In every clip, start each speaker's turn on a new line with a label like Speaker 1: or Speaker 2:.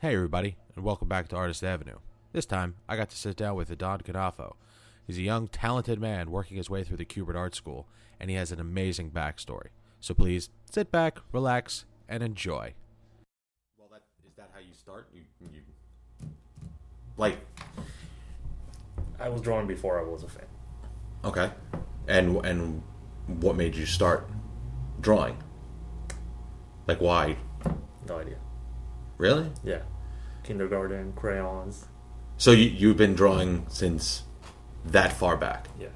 Speaker 1: Hey, everybody, and welcome back to Artist Avenue. This time, I got to sit down with Adon Kadafo. He's a young, talented man working his way through the Cubert Art School, and he has an amazing backstory. So please sit back, relax, and enjoy. Well, that is that how you start? You, you like
Speaker 2: I was drawing before I was a fan.
Speaker 1: okay, and and what made you start drawing? Like why?
Speaker 2: No idea.
Speaker 1: Really?
Speaker 2: Yeah. Kindergarten, crayons.
Speaker 1: So you you've been drawing since that far back.
Speaker 2: Yeah.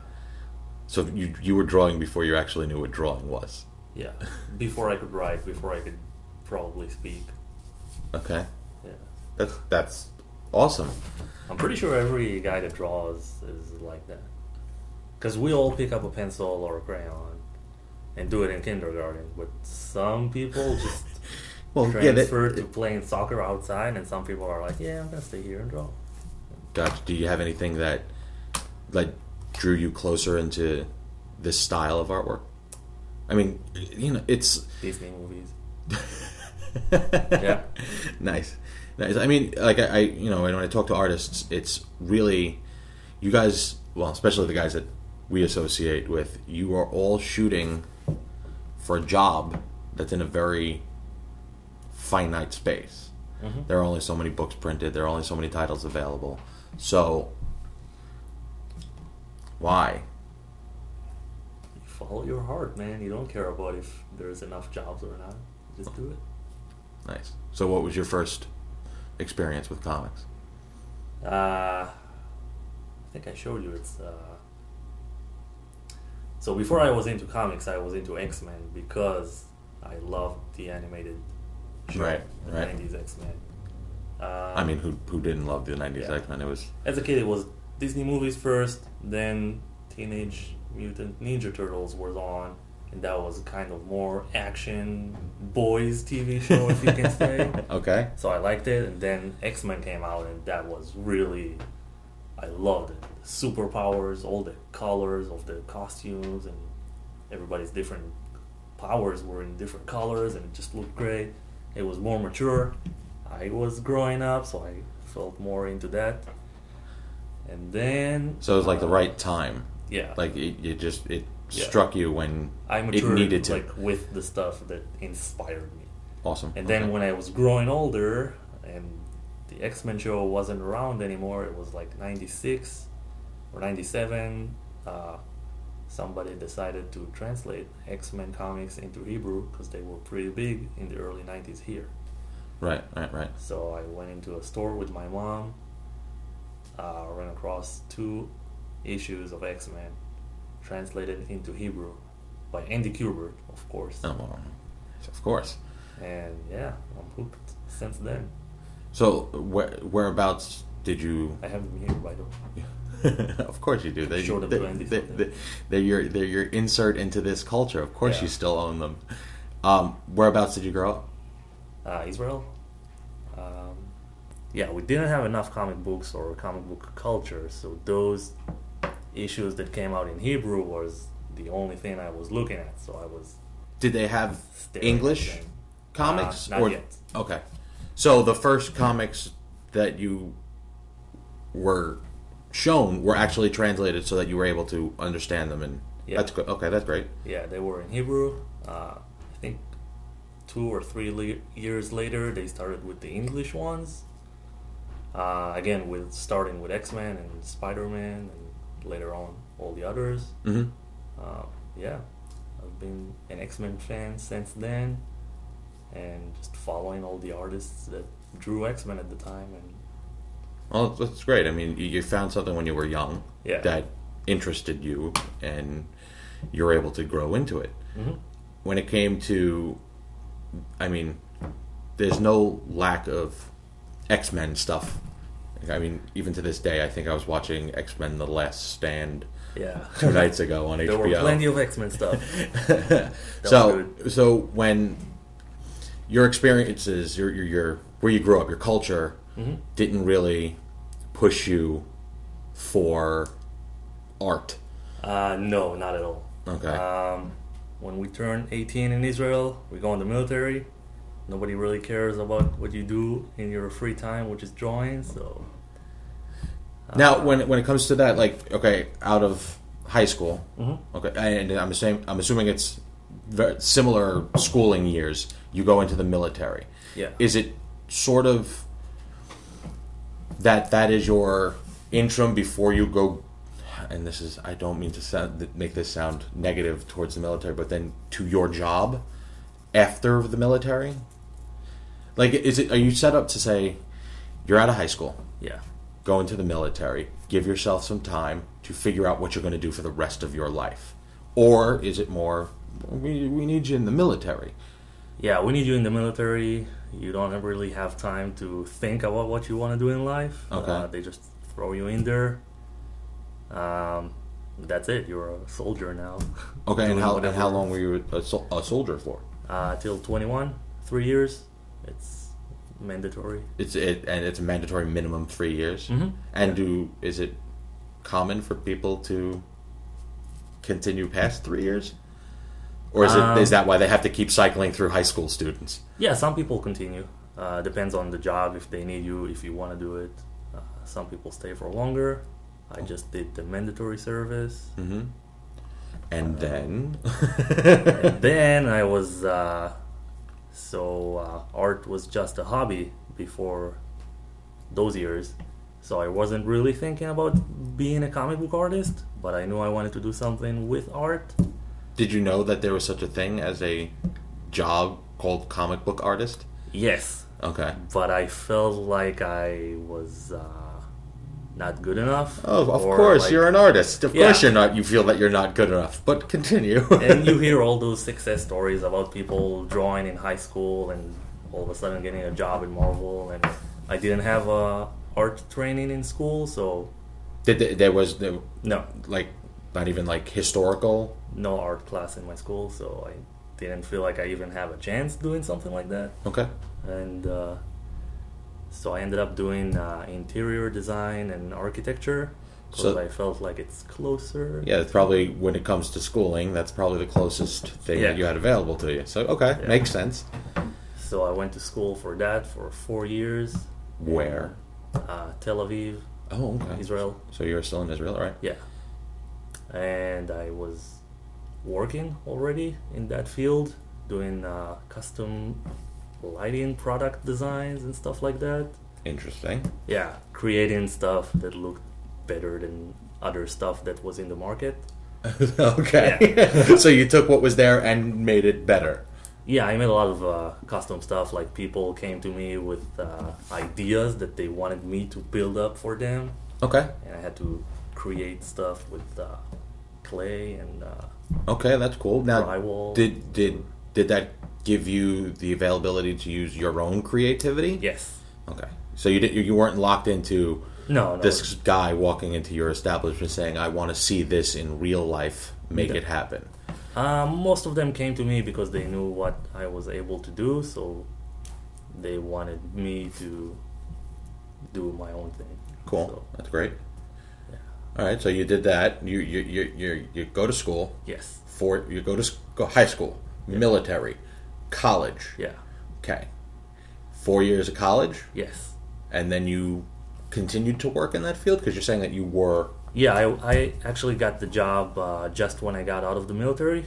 Speaker 1: So you you were drawing before you actually knew what drawing was.
Speaker 2: Yeah. Before I could write, before I could probably speak.
Speaker 1: Okay,
Speaker 2: Yeah.
Speaker 1: that's that's awesome.
Speaker 2: I'm pretty sure every guy that draws is like that. Because we all pick up a pencil or a crayon and do it in kindergarten, but some people just
Speaker 1: Well, yeah,
Speaker 2: transfer
Speaker 1: that,
Speaker 2: to playing soccer outside, and some people are like, yeah, I'm going to stay here and draw.
Speaker 1: gotcha. Do you have anything that like drew you closer into this style of artwork? I mean, you know, it's
Speaker 2: Disney movies.
Speaker 1: yeah. Nice. Nice. I mean, like I, I, you know, when I talk to artists, it's really you guys. Well, especially the guys that we associate with. You are all shooting for a job that's in a very finite space.
Speaker 2: Mm-hmm.
Speaker 1: There are only so many books printed. There are only so many titles available. So, why?
Speaker 2: You follow your heart, man. You don't care about if there's enough jobs or not. Just do it.
Speaker 1: Nice. So, what was your first experience with comics?
Speaker 2: Uh, I think I showed you. It's uh, so before I was into comics, I was into X Men because I loved the animated show,
Speaker 1: Right,
Speaker 2: the
Speaker 1: right.
Speaker 2: '90s X Men. Uh,
Speaker 1: I mean, who who didn't love the '90s
Speaker 2: Yeah.
Speaker 1: X-Men? It was
Speaker 2: as a kid, it was Disney movies first, then Teenage Mutant Ninja Turtles was on, and that was kind of more action boys TV show, if you can say.
Speaker 1: okay.
Speaker 2: So I liked it, and then X Men came out, and that was really, I loved it. Superpowers, all the colors of the costumes, and everybody's different powers were in different colors, and it just looked great. It was more mature. I was growing up, so I felt more into that. And then, uh,
Speaker 1: So it was like the right time.
Speaker 2: yeah,
Speaker 1: Like it, it just it
Speaker 2: Yeah.
Speaker 1: struck you when
Speaker 2: I
Speaker 1: it
Speaker 2: matured
Speaker 1: needed to.
Speaker 2: like with the stuff that inspired me.
Speaker 1: awesome.
Speaker 2: And then
Speaker 1: Okay.
Speaker 2: when I was growing older and the X Men show wasn't around anymore, it was like 96 or 97, uh, somebody decided to translate X Men comics into Hebrew because they were pretty big in the early 90s here.
Speaker 1: right, right, right.
Speaker 2: So I went into a store with my mom, uh, ran across two issues of X Men translated into Hebrew by Andy Kubert, of course.
Speaker 1: Oh, well, of course.
Speaker 2: And yeah, I'm hooked since then.
Speaker 1: So where, whereabouts did you?
Speaker 2: I have them here, by the way.
Speaker 1: of course you do. They,
Speaker 2: Showed them
Speaker 1: they,
Speaker 2: to Andy
Speaker 1: they,
Speaker 2: someday.
Speaker 1: they, are your they're your insert into this culture. Of course
Speaker 2: Yeah.
Speaker 1: you still own them. Um, whereabouts did you grow up?
Speaker 2: Uh, Israel. Um, yeah, we didn't have enough comic books or comic book culture, so those issues that came out in Hebrew was the only thing I was looking at. So I was
Speaker 1: Did they have
Speaker 2: staring at
Speaker 1: English
Speaker 2: them.
Speaker 1: comics?
Speaker 2: Uh, not
Speaker 1: or
Speaker 2: yet.
Speaker 1: okay, so the first comics that you were shown were actually translated so that you were able to understand them, and
Speaker 2: Yeah.
Speaker 1: that's good. Okay, that's great.
Speaker 2: Yeah, they were in Hebrew. Uh, I think two or three le- years later, they started with the English ones. Uh, again, with starting with X Men and Spider Man, and later on all the others.
Speaker 1: hmm
Speaker 2: uh, yeah, I've been an X Men fan since then, and just following all the artists that drew X Men at the time, and
Speaker 1: Well, that's- that's great. I mean, you, you found something when you were young
Speaker 2: Yeah.
Speaker 1: that interested you, and you're able to grow into it. When it came to, I mean, there's no lack of X Men stuff. I mean, even to this day, I think I was watching X Men: The Last Stand
Speaker 2: Yeah.
Speaker 1: two nights ago on
Speaker 2: There
Speaker 1: HBO.
Speaker 2: were plenty of X Men stuff.
Speaker 1: so
Speaker 2: That
Speaker 1: so when your experiences, your your, your where you grew up, your culture
Speaker 2: Mm-hmm.
Speaker 1: didn't really push you for art.
Speaker 2: Uh, no, not at all.
Speaker 1: Okay.
Speaker 2: Um, when we turn 18 in Israel, we go in the military. Nobody really cares about what you do in your free time, which is drawing. So
Speaker 1: now, when when it comes to that, like okay, out of high school,
Speaker 2: Mhm.
Speaker 1: okay, and I'm assuming I'm assuming it's very similar schooling years. You go into the military.
Speaker 2: yeah,
Speaker 1: is it sort of that that is your interim before you go and this is i don't mean to sound, make this sound negative towards the military but then to your job after the military like is it are you set up to say you're out of high school
Speaker 2: yeah,
Speaker 1: go into the military give yourself some time to figure out what you're going to do for the rest of your life or is it more we, we need you in the military
Speaker 2: yeah. We need you in the military. You don't really have time to think about what you want to do in life.
Speaker 1: Okay.
Speaker 2: Uh, they just throw you in there. Um, that's it. You're a soldier now.
Speaker 1: okay and
Speaker 2: Doing
Speaker 1: how, and
Speaker 2: whatever-
Speaker 1: how long were you a, sol- a soldier for
Speaker 2: Uh, till 21, three years. It's mandatory.
Speaker 1: It's it, and it's a mandatory minimum three years.
Speaker 2: Mhm.
Speaker 1: And do is it common for people to continue past three years, or is
Speaker 2: Um,
Speaker 1: it is that why they have to keep cycling through high school students?
Speaker 2: Yeah, some people continue. Uh, depends on the job if they need you, if you want to do it. Uh, some people stay for longer.
Speaker 1: Oh.
Speaker 2: I just did the mandatory service.
Speaker 1: hmm And then,
Speaker 2: and then I was uh, so uh, art was just a hobby before those years. So I wasn't really thinking about being a comic book artist, but I knew I wanted to do something with art.
Speaker 1: did you know that there was such a thing as a job called comic book artist?
Speaker 2: Yes,
Speaker 1: Okay.
Speaker 2: but I felt like I was uh, not good enough.
Speaker 1: Oh, of
Speaker 2: or
Speaker 1: course,
Speaker 2: like-
Speaker 1: you're an artist. Of
Speaker 2: Yeah.
Speaker 1: course, you're not. You feel that you're not good enough, but continue.
Speaker 2: and you hear all those success stories about people drawing in high school and all of a sudden getting a job in Marvel. And I didn't have uh, art training in school, so
Speaker 1: Did there, there was there,
Speaker 2: no,
Speaker 1: like not even like historical
Speaker 2: no art class in my school. So I didn't feel like I even have a chance doing something like that.
Speaker 1: Okay.
Speaker 2: And uh, so I ended up doing uh, interior design and architecture because
Speaker 1: So-
Speaker 2: I felt like it's closer.
Speaker 1: Yeah, it's probably when it comes to schooling, that's probably the closest thing
Speaker 2: Yeah.
Speaker 1: that you had available to you. So okay,
Speaker 2: Yeah.
Speaker 1: makes sense.
Speaker 2: So I went to school for that for four years.
Speaker 1: Where?
Speaker 2: Uh, Tel Aviv,
Speaker 1: Oh, okay.
Speaker 2: Israel.
Speaker 1: So you're still in Israel, right?
Speaker 2: Yeah. And I was working already in that field, doing uh, custom lighting product designs and stuff like that.
Speaker 1: Interesting.
Speaker 2: Yeah, creating stuff that looked better than other stuff that was in the market.
Speaker 1: okay. so you took what was there and made it better.
Speaker 2: Yeah, I made a lot of uh, custom stuff. Like people came to me with uh, ideas that they wanted me to build up for them,
Speaker 1: Okay.
Speaker 2: and I had to create stuff with uh, clay and uh,
Speaker 1: Okay, that's cool. Now,
Speaker 2: Drywall.
Speaker 1: did did did that give you the availability to use your own creativity?
Speaker 2: yes.
Speaker 1: Okay. So you did, you weren't locked into
Speaker 2: No, no.
Speaker 1: this guy walking into your establishment saying, "I want to see this in real life. Make it happen."
Speaker 2: Um, most of them came to me because they knew what I was able to do, so they wanted me to do my own thing.
Speaker 1: Cool.
Speaker 2: So,
Speaker 1: That's great. All right. So you did that. You you you you, you go to school
Speaker 2: yes.
Speaker 1: for you go to s- go high school, military, college.
Speaker 2: Yeah.
Speaker 1: Okay. Four years of college,
Speaker 2: Yes.
Speaker 1: and then you continued to work in that field because you're saying that you were
Speaker 2: Yeah, I, I actually got the job uh, just when I got out of the military.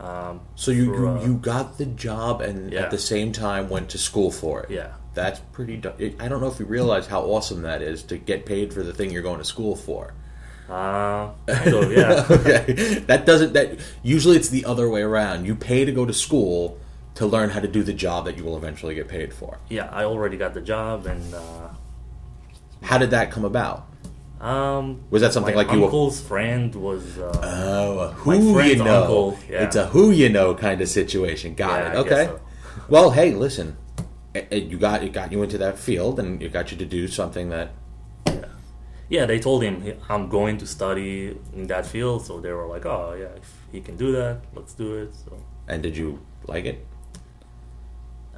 Speaker 2: Um,
Speaker 1: so you
Speaker 2: for, uh,
Speaker 1: you, you got the job and
Speaker 2: Yeah.
Speaker 1: at the same time went to school for it.
Speaker 2: Yeah.
Speaker 1: That's pretty. du- I don't know if you realize how awesome that is to get paid for the thing you're going to school for.
Speaker 2: Uh, so, yeah.
Speaker 1: okay. That doesn't that usually it's the other way around. You pay to go to school to learn how to do the job that you will eventually get paid for.
Speaker 2: yeah, I already got the job, and uh,
Speaker 1: How did that come about?
Speaker 2: um,
Speaker 1: Was that something
Speaker 2: my
Speaker 1: like you were-
Speaker 2: uncle's friend was. Uh,
Speaker 1: Oh, a
Speaker 2: My
Speaker 1: who you
Speaker 2: friend's
Speaker 1: know.
Speaker 2: uncle, yeah.
Speaker 1: It's a who you know kind of situation. Got
Speaker 2: Yeah,
Speaker 1: it.
Speaker 2: I guess
Speaker 1: Okay.
Speaker 2: so.
Speaker 1: well, hey, listen. eh, It, it- you got it got you into that field and it got you to do something that
Speaker 2: yeah. yeah, they told him "Hey, I'm going to study in that field, so they were like, oh yeah, if he can do that, let's do it. So
Speaker 1: And did you like it?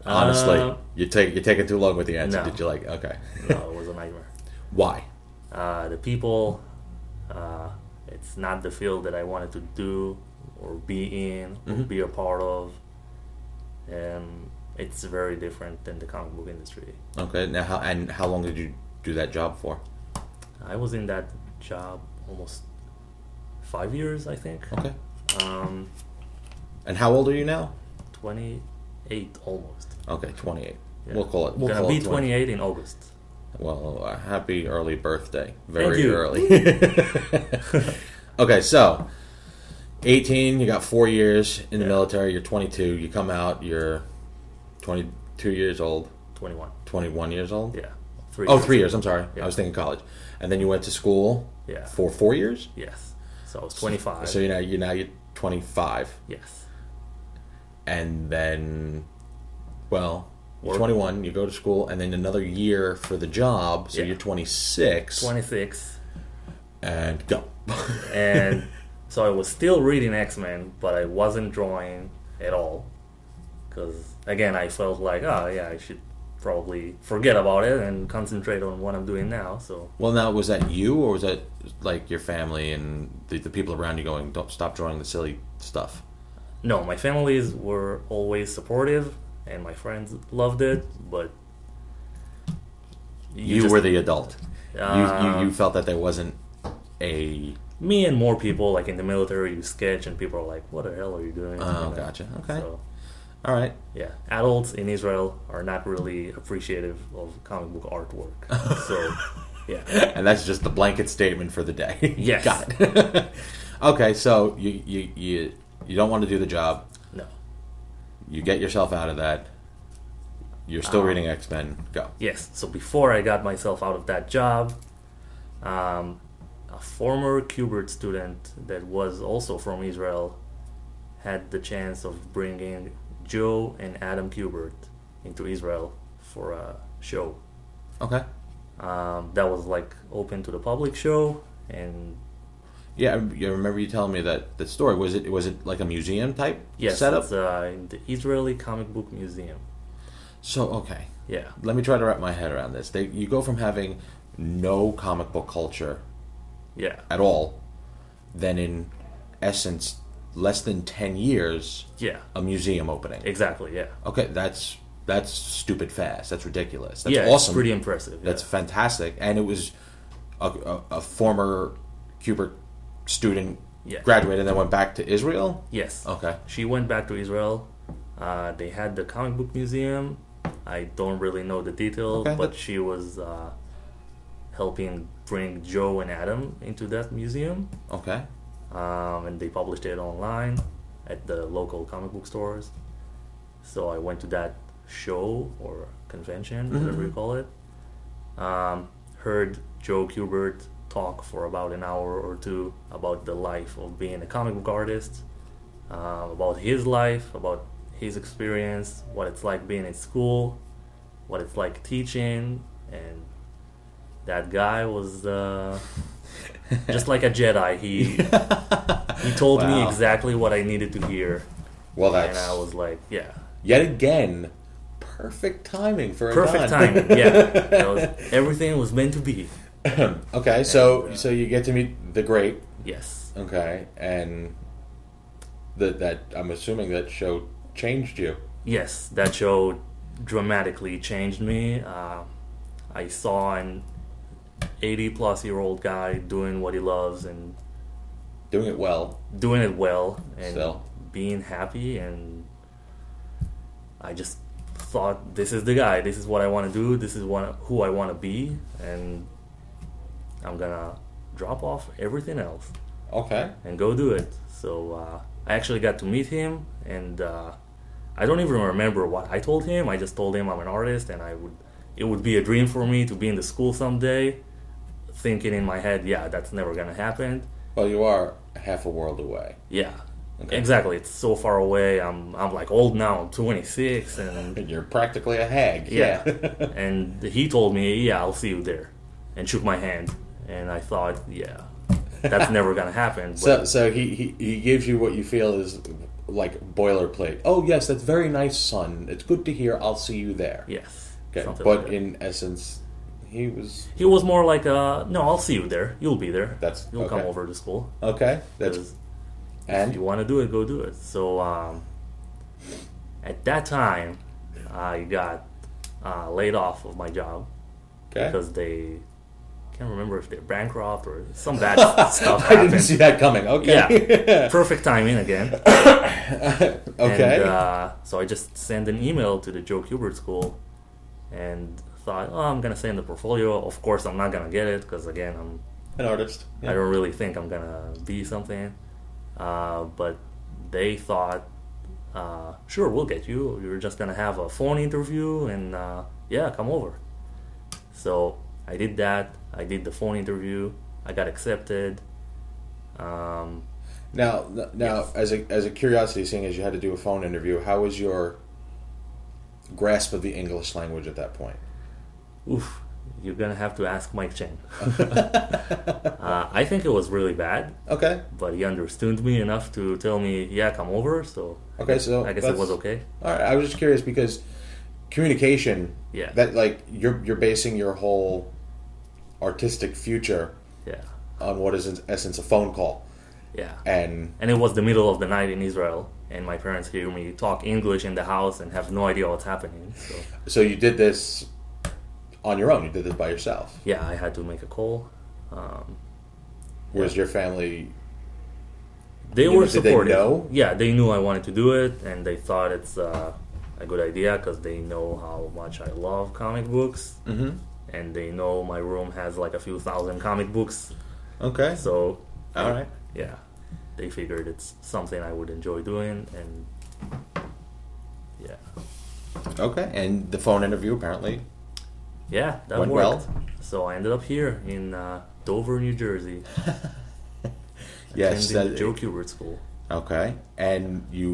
Speaker 1: Honestly,
Speaker 2: Uh,
Speaker 1: you take you're taking too long with the answer.
Speaker 2: no.
Speaker 1: Did you like? Okay,
Speaker 2: no, it was a nightmare.
Speaker 1: why?
Speaker 2: Uh, the people, uh, it's not the field that I wanted to do or be in or
Speaker 1: Mhm.
Speaker 2: be a part of. Um, it's very different than the comic book industry.
Speaker 1: Okay, now how and how long did you do that job for?
Speaker 2: I was in that job almost five years, I think.
Speaker 1: Okay,
Speaker 2: Um,
Speaker 1: and how old are you now?
Speaker 2: 28 almost.
Speaker 1: Okay, 28.
Speaker 2: Yeah.
Speaker 1: We'll call it. We'll
Speaker 2: Gonna
Speaker 1: call
Speaker 2: be
Speaker 1: it 20.
Speaker 2: 28 in August.
Speaker 1: Well, uh, happy early birthday. Very
Speaker 2: you.
Speaker 1: early. okay, so 18, you got four years in the
Speaker 2: Yeah.
Speaker 1: military. You're 22. You come out. You're 22 years old.
Speaker 2: 21.
Speaker 1: 21 years old.
Speaker 2: Yeah. Three.
Speaker 1: Oh, three years. I'm sorry. I
Speaker 2: Yeah.
Speaker 1: was thinking college. And then you went to school
Speaker 2: Yeah.
Speaker 1: for four years.
Speaker 2: Yes. So I was 25.
Speaker 1: So you know you now you're 25,
Speaker 2: yes.
Speaker 1: and then, well, you're
Speaker 2: Work.
Speaker 1: 21. You go to school, and then another year for the job. So
Speaker 2: Yeah.
Speaker 1: you're 26.
Speaker 2: 26.
Speaker 1: and go.
Speaker 2: And so I was still reading X Men, but I wasn't drawing at all. Because, again, I felt like, oh, yeah, I should probably forget about it and concentrate on what I'm doing now. So,
Speaker 1: well, now was that you, or was that like your family and the, the people around you going, "Don't stop drawing the silly stuff."
Speaker 2: no, my families were always supportive and my friends loved it, but.
Speaker 1: You,
Speaker 2: just-
Speaker 1: were the adult. you,
Speaker 2: Uh,
Speaker 1: you you felt that there wasn't a.
Speaker 2: me and more people like in the military you sketch and people are like what the hell are you doing
Speaker 1: Oh,
Speaker 2: You know?
Speaker 1: gotcha. Okay.
Speaker 2: so
Speaker 1: All right.
Speaker 2: yeah adults in israel are not really appreciative of comic book artwork so yeah
Speaker 1: and that's just the blanket statement for the day.
Speaker 2: Yes.
Speaker 1: Got it. okay, so you, you you you don't want to do the job.
Speaker 2: no
Speaker 1: You get yourself out of that. You're
Speaker 2: Uh-huh.
Speaker 1: still reading X Men. Go.
Speaker 2: yes so before i got myself out of that job um, a former Qbert student that was also from israel had the chance of bringing joe and adam Qbert into israel for a show
Speaker 1: Okay.
Speaker 2: um, that was like open to the public show and
Speaker 1: Yeah, I you remember you telling me that the story was it was it like a museum type
Speaker 2: yes
Speaker 1: setup?
Speaker 2: it's uh, in the israeli comic book museum
Speaker 1: so okay,
Speaker 2: yeah
Speaker 1: let me try to wrap my head around this. They you go from having no comic book culture
Speaker 2: yeah
Speaker 1: at all, then in essence less than ten years
Speaker 2: yeah
Speaker 1: a museum opening.
Speaker 2: exactly yeah
Speaker 1: Okay, that's that's stupid fast. That's ridiculous. That's
Speaker 2: yeah it's
Speaker 1: awesome.
Speaker 2: pretty impressive
Speaker 1: that's
Speaker 2: yeah.
Speaker 1: fantastic. And it was a, a, a former Cuba student
Speaker 2: Yeah.
Speaker 1: graduated and then went back to Israel.
Speaker 2: yes
Speaker 1: Okay.
Speaker 2: she went back to israel uh, they had the comic book museum i don't really know the details
Speaker 1: Okay,
Speaker 2: but
Speaker 1: that-
Speaker 2: she was uh, helping bring joe and adam into that museum
Speaker 1: Okay.
Speaker 2: um, and they published it online at the local comic book stores. So I went to that show or convention, whatever you call it. Um, heard Joe Kubert talk for about an hour or two about the life of being a comic book artist, um, about his life, about his experience, what it's like being in school, what it's like teaching, and that guy was uh, just like a Jedi. He he told me
Speaker 1: Wow.
Speaker 2: exactly what I needed to hear,
Speaker 1: Well,
Speaker 2: and
Speaker 1: that's
Speaker 2: I was like, "Yeah,
Speaker 1: yet again perfect timing for
Speaker 2: perfect
Speaker 1: Adnan.
Speaker 2: timing. Yeah, that was, everything was meant to be."
Speaker 1: okay, so
Speaker 2: And, uh,
Speaker 1: so you get to meet the great.
Speaker 2: Yes,
Speaker 1: Okay, and that that I'm assuming that show changed you.
Speaker 2: yes, that show dramatically changed me. Uh, I saw an eighty-plus-year-old guy doing what he loves and
Speaker 1: Doing it well.
Speaker 2: doing it well and
Speaker 1: So?
Speaker 2: being happy and I just thought this is the guy this is what I want to do this is what who I want to be and I'm gonna drop off everything else
Speaker 1: Okay.
Speaker 2: and go do it so uh, I actually got to meet him and uh, I don't even remember what I told him I just told him I'm an artist and I would it would be a dream for me to be in the school someday thinking in my head yeah that's never gonna happen
Speaker 1: Well, you are half a world away.
Speaker 2: yeah.
Speaker 1: Okay.
Speaker 2: Exactly. It's so far away. I'm I'm like old now. I'm 26 and
Speaker 1: You're practically a hag.
Speaker 2: yeah. and he told me, "Yeah, I'll see you there." And shook my hand. and I thought, yeah, that's never gonna happen. But
Speaker 1: So, so he, he he gives you what you feel is like boilerplate. Oh yes, that's very nice, son. It's good to hear. I'll see you there.
Speaker 2: yes,
Speaker 1: Okay,
Speaker 2: something
Speaker 1: but
Speaker 2: like that.
Speaker 1: in essence, he was
Speaker 2: he was more like, uh, no, I'll see you there. You'll be there.
Speaker 1: That's-
Speaker 2: you'll come
Speaker 1: okay.
Speaker 2: over to school.
Speaker 1: okay. That's
Speaker 2: 'Cause if you
Speaker 1: and
Speaker 2: want to do it, go do it. So um, at that time, I got uh, laid off of my job
Speaker 1: okay.
Speaker 2: because they can't remember if they're bankrupt or some bad stuff
Speaker 1: I
Speaker 2: happened.
Speaker 1: didn't see that coming. Okay.
Speaker 2: Yeah, perfect timing again.
Speaker 1: okay.
Speaker 2: And uh, so I just sent an email to the Joe Kubert School and thought, oh, I'm going to send the portfolio. Of course, I'm not going to get it because, again, I'm,
Speaker 1: An artist.
Speaker 2: I don't really think I'm going to be something. Uh, but they thought, uh, sure, we'll get you. You're just going to have a phone interview and, uh, yeah, come over. So I did that. I did the phone interview. I got accepted. Um,
Speaker 1: Now, now, as a as a curiosity, seeing as you had to do a phone interview, how was your grasp of the English language at that point?
Speaker 2: Oof, you're gonna have to ask Mike Chen. uh, I think it was really bad,
Speaker 1: Okay.
Speaker 2: but he understood me enough to tell me, "Yeah, come over." So I
Speaker 1: Okay,
Speaker 2: guess-
Speaker 1: so
Speaker 2: I guess it
Speaker 1: that's-
Speaker 2: was okay.
Speaker 1: All right. I was just curious because communication.
Speaker 2: Yeah.
Speaker 1: That like you're you're basing your whole artistic future
Speaker 2: Yeah,
Speaker 1: on what is in essence a phone call,
Speaker 2: yeah.
Speaker 1: and
Speaker 2: And it was the middle of the night in Israel, and my parents hear me talk English in the house and have no idea what's happening. So
Speaker 1: so you did this on your own. You did this by yourself.
Speaker 2: yeah, I had to make a call. Um,
Speaker 1: Whereas your family,
Speaker 2: they
Speaker 1: You
Speaker 2: were
Speaker 1: know, did they
Speaker 2: supportive.
Speaker 1: know?
Speaker 2: Yeah, they knew I wanted to do it, and they thought it's uh, a good idea because they know how much I love comic books,
Speaker 1: Mhm.
Speaker 2: and they know my room has like a few thousand comic books.
Speaker 1: okay,
Speaker 2: So,
Speaker 1: all right,
Speaker 2: yeah, they figured it's something I would enjoy doing, and yeah,
Speaker 1: okay, and the phone interview apparently.
Speaker 2: yeah, that
Speaker 1: Went
Speaker 2: worked.
Speaker 1: well.
Speaker 2: So I ended up here in uh, Dover, New Jersey,
Speaker 1: Yes,
Speaker 2: attending
Speaker 1: that-
Speaker 2: Joe Kubert School.
Speaker 1: Okay, and you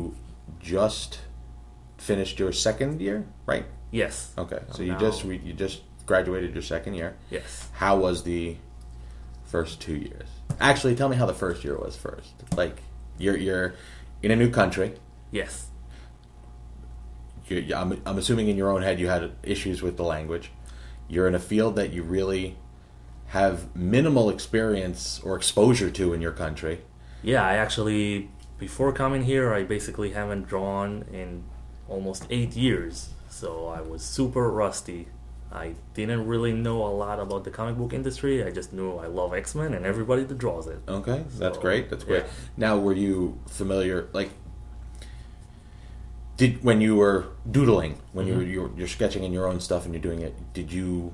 Speaker 1: just finished your second year, right?
Speaker 2: Yes.
Speaker 1: Okay, so
Speaker 2: I'm
Speaker 1: you
Speaker 2: now-
Speaker 1: just re- you just graduated your second year.
Speaker 2: yes.
Speaker 1: How was the first two years? Actually, tell me how the first year was first. Like you're you're in a new country.
Speaker 2: Yes.
Speaker 1: You're, you- I'm I'm assuming in your own head you had issues with the language. You're in a field that you really have minimal experience or exposure to in your country.
Speaker 2: Yeah, I actually before coming here, I basically haven't drawn in almost eight years, so I was super rusty. I didn't really know a lot about the comic book industry. I just knew I love X Men and everybody that draws it.
Speaker 1: Okay, that's
Speaker 2: So,
Speaker 1: great. That's great.
Speaker 2: yeah.
Speaker 1: Now, were you familiar? Like, did when you were doodling, when
Speaker 2: Mm-hmm.
Speaker 1: you were you're, you're sketching in your own stuff and you're doing it, did you,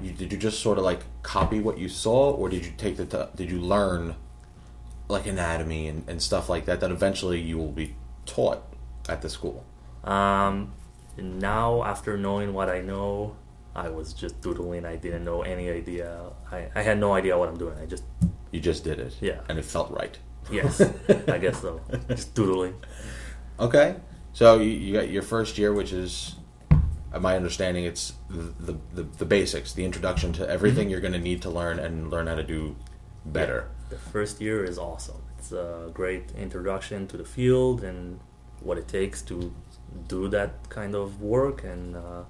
Speaker 1: you did you just sort of like copy what you saw, or did you take the t- did you learn like anatomy and, and stuff like that that eventually you will be taught at the school?
Speaker 2: Um, and now after knowing what I know, I was just doodling. I didn't know any idea. I, I had no idea what I'm doing. I just
Speaker 1: You just did it,
Speaker 2: Yeah.
Speaker 1: and it felt right.
Speaker 2: yes, I guess so. Just doodling.
Speaker 1: Okay. So you, you got your first year, which is, uh, my understanding, it's the the, the basics, the introduction to everything
Speaker 2: Mm-hmm.
Speaker 1: you're going to need to learn and learn how to do better.
Speaker 2: The first year is awesome. It's a great introduction to the field and what it takes to do that kind of work, and uh,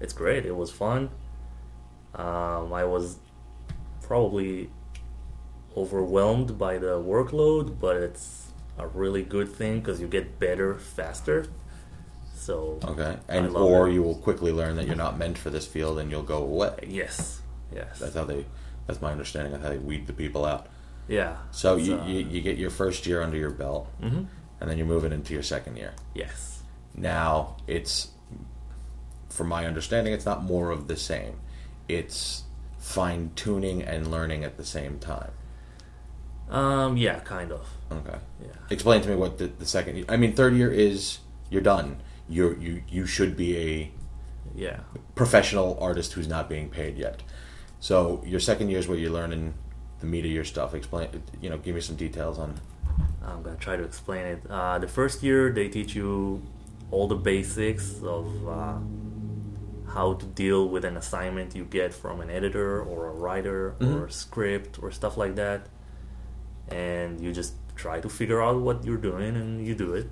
Speaker 2: it's great. It was fun. Um, I was probably overwhelmed by the workload, but it's a really good thing because you get better faster. So,
Speaker 1: Okay.
Speaker 2: I
Speaker 1: And
Speaker 2: love
Speaker 1: or
Speaker 2: it.
Speaker 1: you will quickly learn that you're not meant for this field and you'll go away.
Speaker 2: yes, yes,
Speaker 1: That's how they. That's my understanding of how they weed the people out.
Speaker 2: yeah.
Speaker 1: So
Speaker 2: It's,
Speaker 1: you,
Speaker 2: uh, mm-hmm.
Speaker 1: you, you get your first year under your belt, and then you're moving into your second year.
Speaker 2: yes,
Speaker 1: Now it's, from my understanding, it's not more of the same. It's fine tuning and learning at the same time.
Speaker 2: um, yeah, kind of,
Speaker 1: Okay.
Speaker 2: yeah.
Speaker 1: Explain to me what the, the second. year- I mean, third year is you're done. You you you should be a
Speaker 2: Yeah.
Speaker 1: professional artist who's not being paid yet. So your second year is where you're learning the meat of your stuff. Explain. You know, give me some details on.
Speaker 2: I'm gonna try to explain it. Uh, the first year they teach you all the basics of uh, how to deal with an assignment you get from an editor or a writer or a script or stuff like that. And you just try to figure out what you're doing and you do it.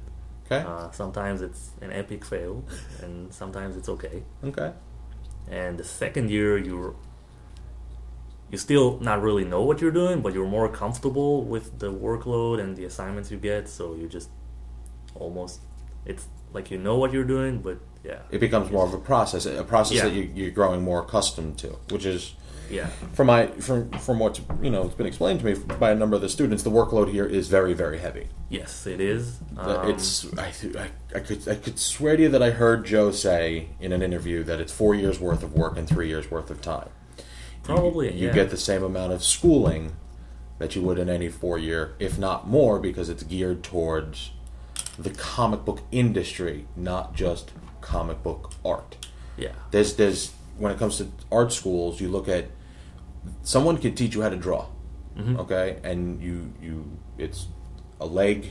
Speaker 1: Okay.
Speaker 2: Uh, sometimes it's an epic fail, and sometimes it's okay.
Speaker 1: okay.
Speaker 2: And the second year, you're you still not really know what you're doing, but you're more comfortable with the workload and the assignments you get. So you just almost it's like you know what you're doing, but yeah,
Speaker 1: It becomes more of a process, a process
Speaker 2: Yeah.
Speaker 1: that you, you're growing more accustomed to, which is
Speaker 2: yeah,
Speaker 1: from my from from what's you know it's been explained to me by a number of the students. The workload here is very very heavy.
Speaker 2: yes, it is.
Speaker 1: That
Speaker 2: Um,
Speaker 1: it's I, th- I I could I could swear to you that I heard Joe say in an interview that it's four years worth of work and three years worth of time.
Speaker 2: Um, probably
Speaker 1: You
Speaker 2: yeah.
Speaker 1: get the same amount of schooling that you would in any four year, if not more, because it's geared towards the comic book industry, not just comic book art.
Speaker 2: yeah,
Speaker 1: There's there's when it comes to art schools, you look at someone could teach you how to draw,
Speaker 2: Mm-hmm.
Speaker 1: okay, and you you it's a leg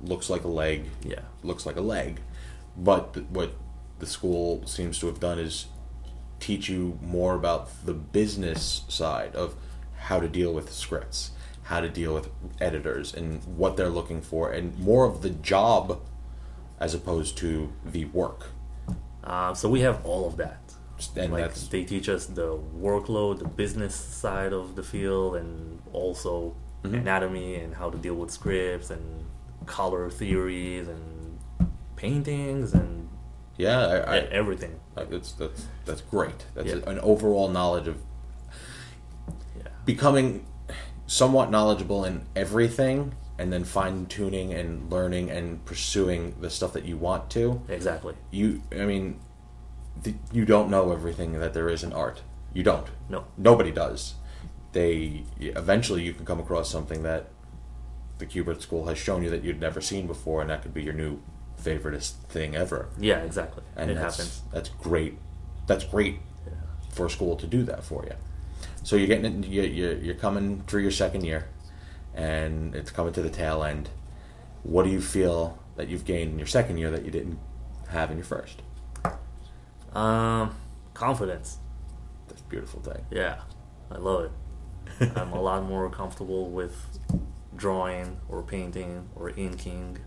Speaker 1: looks like a leg,
Speaker 2: yeah,
Speaker 1: looks like a leg, but th- what the school seems to have done is teach you more about the business side of how to deal with scripts, how to deal with editors, and what they're looking for, and more of the job as opposed to the work.
Speaker 2: Um, so we have all of that.
Speaker 1: And
Speaker 2: like
Speaker 1: that's
Speaker 2: they teach us the workload, the business side of the field, and also
Speaker 1: Mm-hmm.
Speaker 2: anatomy and how to deal with scripts and color theories and paintings and
Speaker 1: yeah, I, I,
Speaker 2: e- everything.
Speaker 1: I- it's that's that's great. That's
Speaker 2: Yeah.
Speaker 1: an overall knowledge of
Speaker 2: Yeah,
Speaker 1: becoming somewhat knowledgeable in everything and then fine tuning and learning and pursuing the stuff that you want to.
Speaker 2: exactly.
Speaker 1: You I mean th- you don't know everything that there is in art. You don't.
Speaker 2: No,
Speaker 1: Nobody does. They eventually you can come across something that the Cubert school has shown you that you'd never seen before and that could be your new favoriteest thing ever.
Speaker 2: yeah, exactly.
Speaker 1: And
Speaker 2: it
Speaker 1: that's
Speaker 2: happens.
Speaker 1: that's great. That's great
Speaker 2: Yeah.
Speaker 1: for a school to do that for you. So you're getting it- you- you're you're coming through your second year, and it's coming to the tail end. What do you feel that you've gained in your second year that you didn't have in your first?
Speaker 2: Um, confidence.
Speaker 1: That's a beautiful thing.
Speaker 2: Yeah, I love it. I'm Um, a lot more comfortable with drawing or painting or inking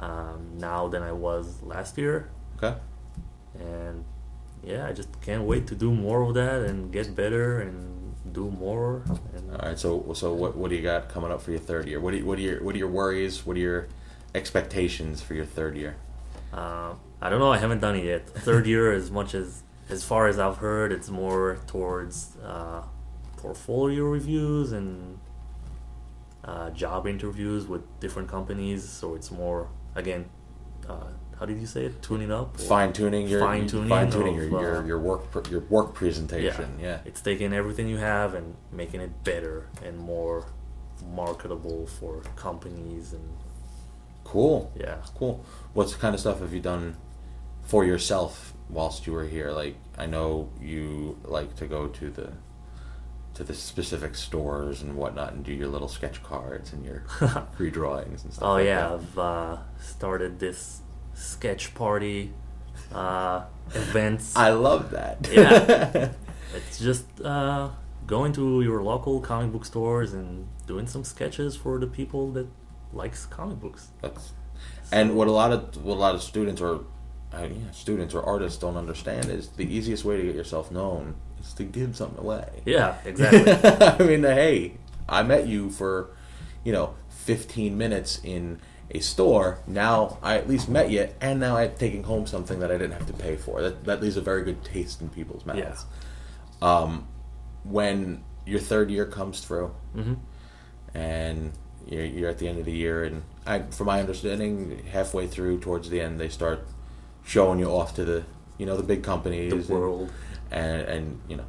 Speaker 2: um, now than I was last year.
Speaker 1: Okay.
Speaker 2: and yeah, I just can't wait to do more of that and get better and do more. And
Speaker 1: All right. So so what what do you got coming up for your third year? What do you, what are your what are your worries? What are your expectations for your third year?
Speaker 2: uh, I don't know, I haven't done it yet. Third year, as much as as far as I've heard, it's more towards uh, portfolio reviews and uh, job interviews with different companies. So it's more again, uh, how did you say it? Tuning up. or-
Speaker 1: Fine tuning your fine
Speaker 2: Fine-tuning
Speaker 1: tuning your,
Speaker 2: of, uh,
Speaker 1: your your work pr- your work presentation. Yeah.
Speaker 2: It's taking everything you have and making it better and more marketable for companies and
Speaker 1: Cool.
Speaker 2: yeah.
Speaker 1: Cool. What's the kind of stuff have you done for yourself whilst you were here? Like I know you like to go to the to the specific stores and whatnot and do your little sketch cards and your free drawings and stuff.
Speaker 2: Oh
Speaker 1: like
Speaker 2: yeah,
Speaker 1: that.
Speaker 2: I've uh, started this sketch party uh, events.
Speaker 1: I love that.
Speaker 2: Yeah. it's just uh, going to your local comic book stores and doing some sketches for the people that likes comic books.
Speaker 1: That's, and what a lot of what a lot of students or I mean, yeah, students or artists don't understand is the easiest way to get yourself known is to give something away.
Speaker 2: Yeah, exactly.
Speaker 1: I mean, hey, I met you for, you know, 15 minutes in a store. Now I at least met you, and now I'm taking home something that I didn't have to pay for. That, that leaves a very good taste in people's mouths. Um,
Speaker 2: yeah.
Speaker 1: When your third year comes through,
Speaker 2: Mm-hmm.
Speaker 1: and you're, you're at the end of the year, and I, from my understanding, halfway through towards the end, they start showing you off to the, you know, the big companies,
Speaker 2: The
Speaker 1: and-
Speaker 2: world.
Speaker 1: and and you know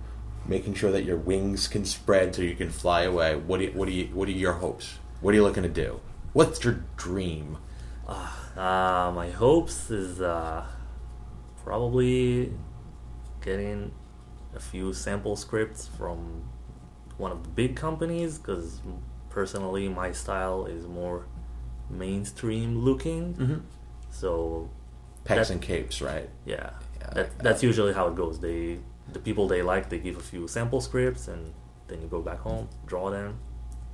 Speaker 1: making sure that your wings can spread so you can fly away what do you, what do you, what are your hopes what are you looking to do what's your dream
Speaker 2: Uh, my hopes is uh, probably getting a few sample scripts from one of the big companies because personally my style is more mainstream looking. So
Speaker 1: pecs
Speaker 2: Mm-hmm. That-
Speaker 1: and capes right
Speaker 2: yeah,
Speaker 1: Yeah.
Speaker 2: That, that's usually how it goes. They the people they like, they give a few sample scripts, and then you go back home, draw them,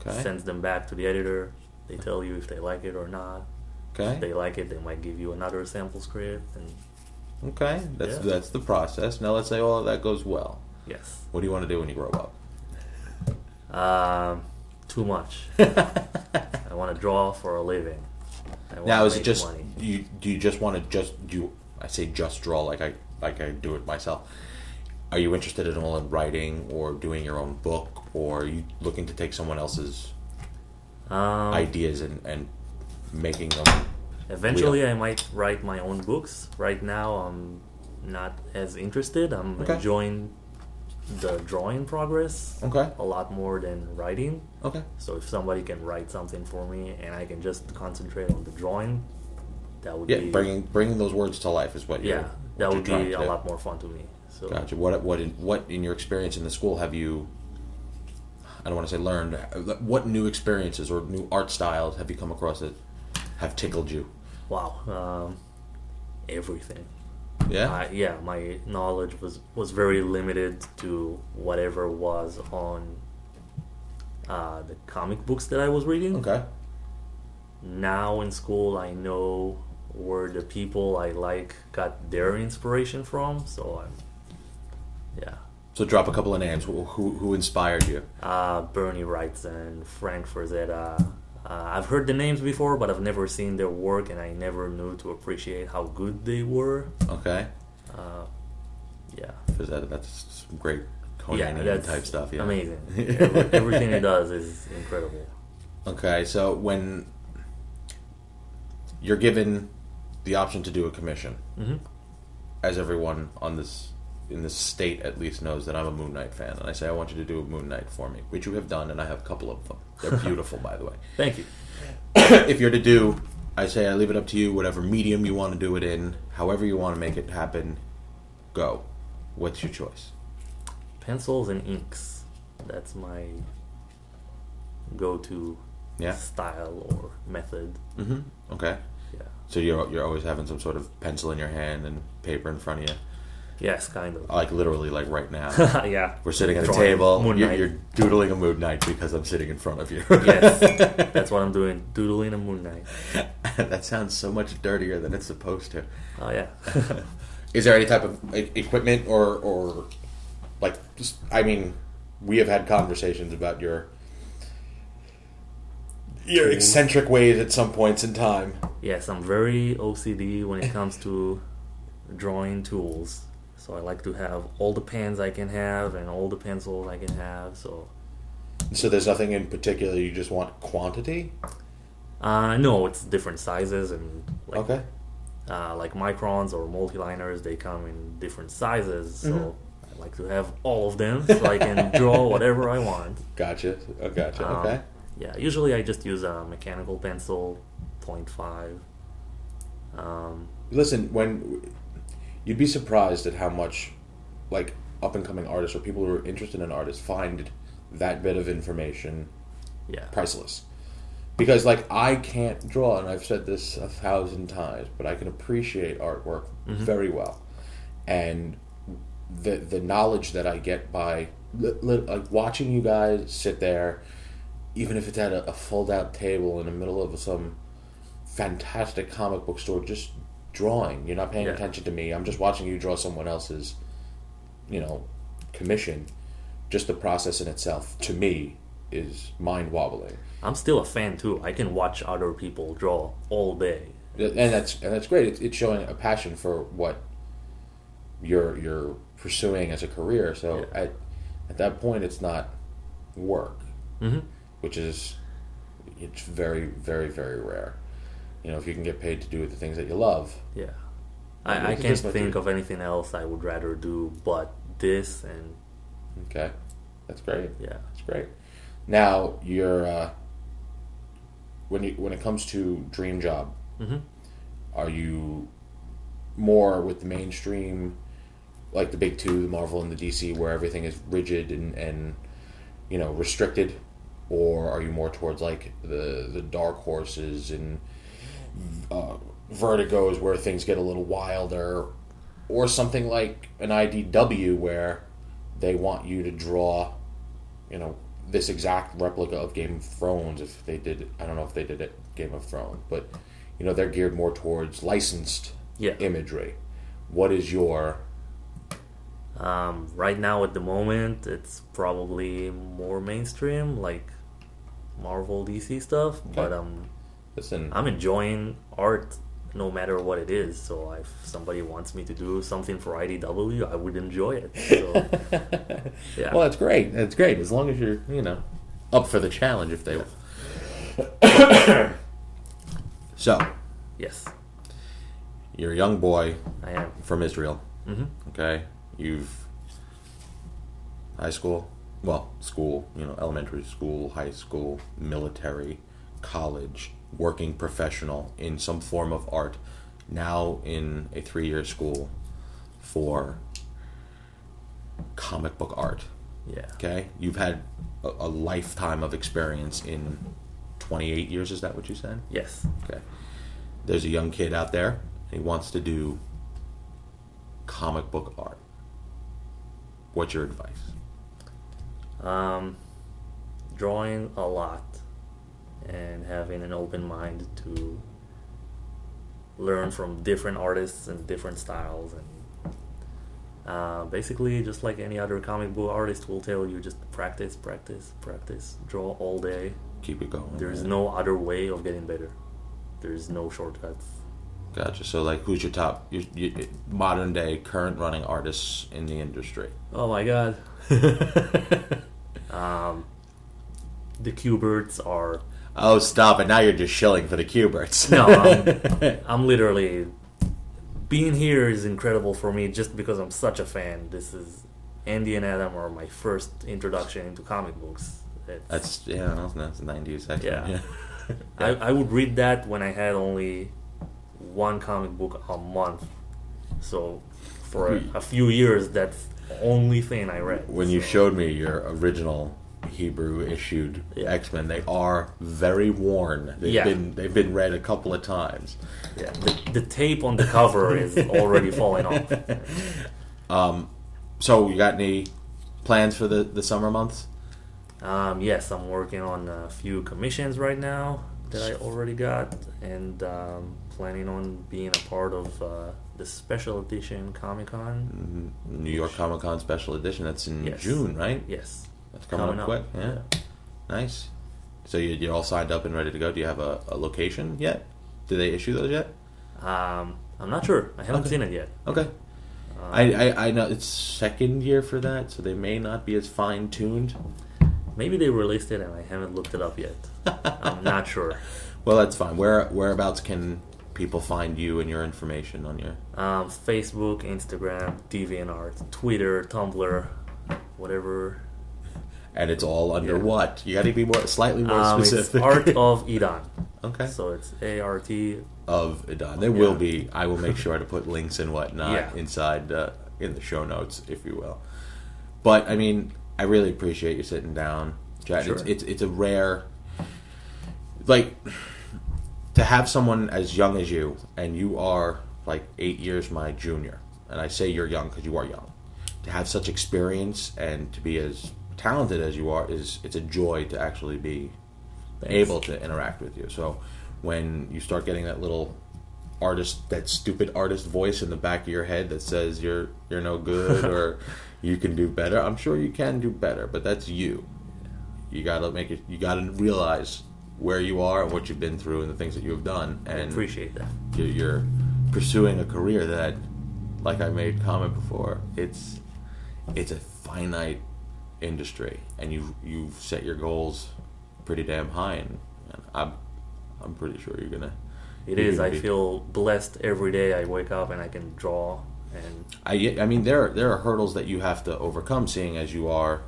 Speaker 1: Okay.
Speaker 2: sends them back to the editor. They tell you if they like it or not. If
Speaker 1: Okay.
Speaker 2: they like it, they might give you another sample script, and
Speaker 1: Okay. That's
Speaker 2: Yeah.
Speaker 1: that's the process. Now let's say all of that goes well.
Speaker 2: yes,
Speaker 1: What do you want to do when you grow up?
Speaker 2: um, too much. I want to draw for a living. I wanna
Speaker 1: now is it
Speaker 2: make
Speaker 1: just
Speaker 2: money.
Speaker 1: do you do you just want to just do you, I say just draw like I like I do it myself. Are you interested at all in writing or doing your own book or are you looking to take someone else's
Speaker 2: Um,
Speaker 1: ideas and, and making them
Speaker 2: Eventually,
Speaker 1: Wheel.
Speaker 2: I might write my own books. Right now, I'm not as interested. I'm
Speaker 1: Okay.
Speaker 2: enjoying the drawing progress
Speaker 1: Okay.
Speaker 2: a lot more than writing.
Speaker 1: Okay.
Speaker 2: So, if somebody can write something for me and I can just concentrate on the drawing, that would
Speaker 1: Yeah,
Speaker 2: be
Speaker 1: bringing bringing those words to life is what you're
Speaker 2: yeah,
Speaker 1: what
Speaker 2: that
Speaker 1: you're
Speaker 2: would be
Speaker 1: trying
Speaker 2: a
Speaker 1: to do.
Speaker 2: lot more fun to me. So,
Speaker 1: Gotcha. What what in, what in your experience in the school have you? I don't want to say learned. What new experiences or new art styles have you come across that have tickled you?
Speaker 2: wow, um, everything.
Speaker 1: Yeah.
Speaker 2: I, yeah, my knowledge was was very limited to whatever was on uh, the comic books that I was reading.
Speaker 1: okay.
Speaker 2: Now in school, I know where the people I like got their inspiration from. So I'm, yeah,
Speaker 1: So drop a couple of names. Who who, who inspired you?
Speaker 2: uh, Bernie Wrightson, Frank Frazetta. Uh, I've heard the names before, but I've never seen their work, and I never knew to appreciate how good they were.
Speaker 1: Okay.
Speaker 2: Uh, yeah.
Speaker 1: Because that, that's some great Conan
Speaker 2: that's
Speaker 1: type stuff. Yeah.
Speaker 2: Amazing. Every- everything he does is incredible.
Speaker 1: Okay, so when you're given the option to do a commission,
Speaker 2: Mhm.
Speaker 1: as everyone on this in this state at least knows that I'm a Moon Knight fan, and I say I want you to do a Moon Knight for me, which you have done, and I have a couple of them. They're beautiful, by the way.
Speaker 2: Thank you.
Speaker 1: if you're to do, I say I leave it up to you, whatever medium you want to do it in, however you want to make it happen, go. What's your choice?
Speaker 2: Pencils and inks. That's my go-to
Speaker 1: Yeah.
Speaker 2: style or method.
Speaker 1: hmm Okay.
Speaker 2: Yeah.
Speaker 1: So you're you're always having some sort of pencil in your hand and paper in front of you.
Speaker 2: Yes, kind of.
Speaker 1: like literally like right now
Speaker 2: yeah.
Speaker 1: Oh. we're sitting at a
Speaker 2: Drawing
Speaker 1: table
Speaker 2: Moon
Speaker 1: you're,
Speaker 2: Knight.
Speaker 1: you're doodling a moon knight because i'm sitting in front of you
Speaker 2: yes, that's what I'm doing. Doodling a moon knight.
Speaker 1: that sounds so much dirtier than it's supposed to
Speaker 2: Oh yeah.
Speaker 1: is there any type of like, equipment or or like just i mean we have had conversations about your your eccentric ways at some points in time
Speaker 2: yes, I'm very OCD when it comes to drawing tools. So I like to have all the pens I can have and all the pencils I can have. So
Speaker 1: so there's nothing in particular you just want quantity
Speaker 2: Uh, no, it's different sizes and like
Speaker 1: okay
Speaker 2: uh, like microns or multiliners. They come in different sizes, so I like to have all of them so I can draw whatever I want.
Speaker 1: gotcha oh, gotcha
Speaker 2: Um,
Speaker 1: okay
Speaker 2: Yeah, usually I just use a mechanical pencil, 0.5. Um,
Speaker 1: Listen, when you'd be surprised at how much like up and coming artists or people who are interested in artists find that bit of information
Speaker 2: yeah,
Speaker 1: priceless. Because like I can't draw, and I've said this a thousand times, but I can appreciate artwork very well, and the the knowledge that I get by li- li- like watching you guys sit there, even if it's at a, a fold out table in the middle of some fantastic comic book store, just drawing. You're not paying
Speaker 2: Yeah.
Speaker 1: attention to me. I'm just watching you draw someone else's, you know, commission. Just the process in itself, to me, is mind wobbling.
Speaker 2: I'm still a fan too. I can watch other people draw all day.
Speaker 1: and that's and that's great. It's, it's showing a passion for what you're you're pursuing as a career. So
Speaker 2: Yeah.
Speaker 1: at at that point, it's not work,
Speaker 2: Mm-hmm.
Speaker 1: which is it's very very very rare. You know, if you can get paid to do the things that you love,
Speaker 2: Yeah,
Speaker 1: Yeah,
Speaker 2: I, I
Speaker 1: it's
Speaker 2: can't
Speaker 1: just like
Speaker 2: think
Speaker 1: you-
Speaker 2: of anything else I would rather do but this and
Speaker 1: okay, that's great.
Speaker 2: yeah.
Speaker 1: That's great. Now you're uh, when you when it comes to dream job,
Speaker 2: Mhm.
Speaker 1: are you more with the mainstream, like the big two, the Marvel and the DC, where everything is rigid and and you know restricted, or are you more towards like the the dark horses and uh, Vertigo's where things get a little wilder? or something like an IDW where they want you to draw, you know, this exact replica of Game of Thrones. If they did, I don't know if they did it Game of Thrones, but you know they're geared more towards licensed
Speaker 2: Yeah.
Speaker 1: imagery. What is your
Speaker 2: Um, right now, at the moment, it's probably more mainstream, like Marvel, DC stuff. But
Speaker 1: Okay.
Speaker 2: um,
Speaker 1: listen?
Speaker 2: I'm enjoying art, no matter what it is. So if somebody wants me to do something for IDW, I would enjoy it. So yeah.
Speaker 1: Well, that's great. That's great as long as you're you know up for the challenge if they. will. so
Speaker 2: yes,
Speaker 1: you're a young boy
Speaker 2: I am.
Speaker 1: from Israel.
Speaker 2: hmm
Speaker 1: Okay, you've high school, well, school, you know, elementary school, high school, military, college, working professional in some form of art. Now in a three-year school for comic book art.
Speaker 2: Yeah.
Speaker 1: Okay, you've had a, a lifetime of experience in 28 years. Is that what you said?
Speaker 2: Yes.
Speaker 1: Okay. There's a young kid out there. He wants to do comic book art. What's your advice?
Speaker 2: Um, drawing a lot and having an open mind to learn from different artists and different styles and uh, basically just like any other comic book artist will tell you just practice practice practice draw all day
Speaker 1: Keep it going.
Speaker 2: there's no other way of getting better there's no shortcuts
Speaker 1: Gotcha. So, like, who's your top your, your, modern day current running artists in the industry?
Speaker 2: oh my god um, the cuberts are
Speaker 1: Oh, stop it! Now you're just shilling for the Cuberts.
Speaker 2: No, I'm, I'm literally being here is incredible for me just because I'm such a fan. This is Andy and Adam are my first introduction into comic books. It's,
Speaker 1: that's yeah, that's, that's '90s. Actually.
Speaker 2: Yeah. I, I would read that when I had only one comic book a month. So for a, a few years, that's the only thing I read.
Speaker 1: when you
Speaker 2: So,
Speaker 1: showed me your original Hebrew issued
Speaker 2: Yeah.
Speaker 1: X Men, they are very worn. They've
Speaker 2: Yeah.
Speaker 1: been they've been read a couple of times.
Speaker 2: yeah, the, the tape on the cover is already falling off.
Speaker 1: Um, So you got any plans for the, the summer months?
Speaker 2: Um, yes, I'm working on a few commissions right now that I already got, and um, planning on being a part of uh, the special edition Comic Con.
Speaker 1: New York Comic Con special edition. That's in
Speaker 2: Yes.
Speaker 1: June, right?
Speaker 2: Yes,
Speaker 1: That's Mm. coming, up, quick. Yeah. nice. So you, you're all signed up and ready to go. Do you have a, a location yet? Do they issue those yet?
Speaker 2: Yeah. Um, I'm not sure. I haven't
Speaker 1: Okay.
Speaker 2: seen it yet. Um,
Speaker 1: Okay. I, I, I know it's second year for that, so they may not be as fine tuned.
Speaker 2: Maybe they released it and I haven't looked it up yet. I'm not sure.
Speaker 1: Well, that's fine. Where whereabouts can people find you and your information on your?
Speaker 2: Um, Facebook, Instagram, DeviantArt, Twitter, Tumblr, whatever.
Speaker 1: And it's all under
Speaker 2: Yeah.
Speaker 1: what? You got to be more slightly more
Speaker 2: Um, it's
Speaker 1: specific.
Speaker 2: Art of Idan.
Speaker 1: okay.
Speaker 2: So it's A R T
Speaker 1: Of Adon, there will
Speaker 2: Yeah.
Speaker 1: be. I will make sure to put links and whatnot
Speaker 2: Yeah.
Speaker 1: inside uh, in the show notes, if you will. But I mean, I really appreciate you sitting down, Chad. It's,
Speaker 2: Sure.
Speaker 1: it's it's a rare, like, to have someone as young as you, and you are like eight years my junior, and I say you're young because you are young. To have such experience and to be as talented as you are is it's a joy to actually be able to interact with you. So when you start getting that little artist, that stupid artist voice in the back of your head that says you're you're no good or you can do better, I'm sure you can do better, but that's you. You gotta make it. You gotta realize where you are and what you've been through and the things that you have done.
Speaker 2: I
Speaker 1: And
Speaker 2: appreciate that.
Speaker 1: you're, you're pursuing a career that, like I made comment before, it's it's a finite industry, and you you've set your goals pretty damn high, and, and I'm I'm pretty sure you're gonna.
Speaker 2: It
Speaker 1: you're
Speaker 2: is.
Speaker 1: gonna
Speaker 2: I
Speaker 1: be-
Speaker 2: feel blessed every day. I wake up and I can draw, and
Speaker 1: I I mean there there are hurdles that you have to overcome, seeing as you are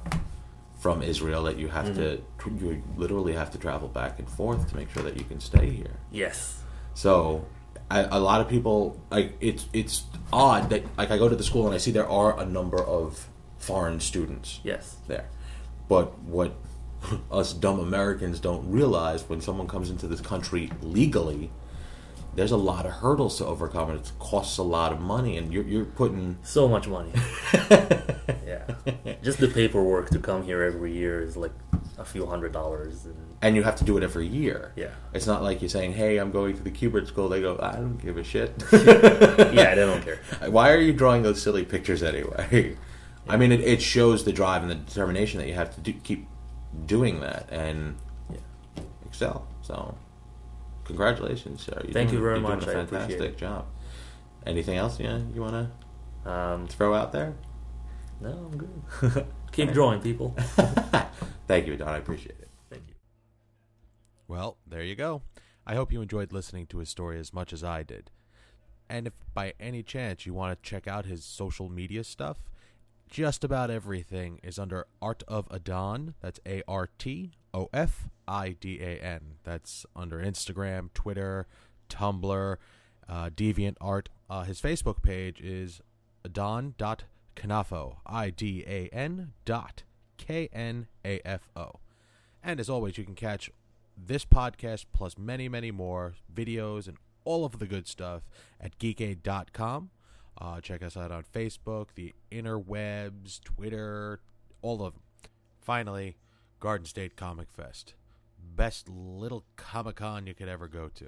Speaker 1: from Israel, that you have to you literally have to travel back and forth to make sure that you can stay here.
Speaker 2: yes,
Speaker 1: So, I, a lot of people like it's it's odd that like I go to the school and I see there are a number of foreign students
Speaker 2: yes,
Speaker 1: there, but what us dumb Americans don't realize when someone comes into this country legally, there's a lot of hurdles to overcome, and it costs a lot of money, and you're, you're putting.
Speaker 2: So much money. yeah. Just the paperwork to come here every year is like a few hundred dollars. And
Speaker 1: and you have to do it every year.
Speaker 2: yeah.
Speaker 1: It's not like you're saying, "Hey, I'm going to the Cubert school." They go, "I don't give a shit."
Speaker 2: Yeah, they don't care.
Speaker 1: Why are you drawing those silly pictures anyway? I mean, it, it shows the drive and the determination that you have to do, keep doing that and
Speaker 2: Yeah.
Speaker 1: excel. So, congratulations, sir. You're
Speaker 2: Thank you very
Speaker 1: you're
Speaker 2: much.
Speaker 1: Doing
Speaker 2: I
Speaker 1: a
Speaker 2: appreciate
Speaker 1: fantastic
Speaker 2: it.
Speaker 1: job. Anything else? Yeah, you want to
Speaker 2: Um,
Speaker 1: throw out there?
Speaker 2: no, I'm good. Keep drawing, people.
Speaker 1: Thank you, Don. I appreciate it.
Speaker 2: Thank you.
Speaker 1: Well, there you go. I hope you enjoyed listening to his story as much as I did. And if by any chance you want to check out his social media stuff, just about everything is under Art of Adon. That's A R T O F I D A N. That's under Instagram, Twitter, Tumblr, uh, DeviantArt. Uh, his Facebook page is adon.knafo. I D A N dot K N A F O. And as always, you can catch this podcast plus many, many more videos and all of the good stuff at geekade.com. Uh, check us out on Facebook, the interwebs, Twitter, all of them. Finally, Garden State Comic Fest. Best little Comic Con you could ever go to.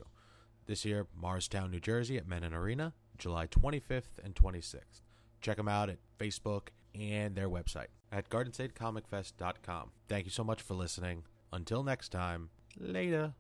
Speaker 1: This year, Morristown, New Jersey at Menon Arena, July 25th and 26th. Check them out at Facebook and their website at GardenStateComicFest.com. Thank you so much for listening. Until next time, later.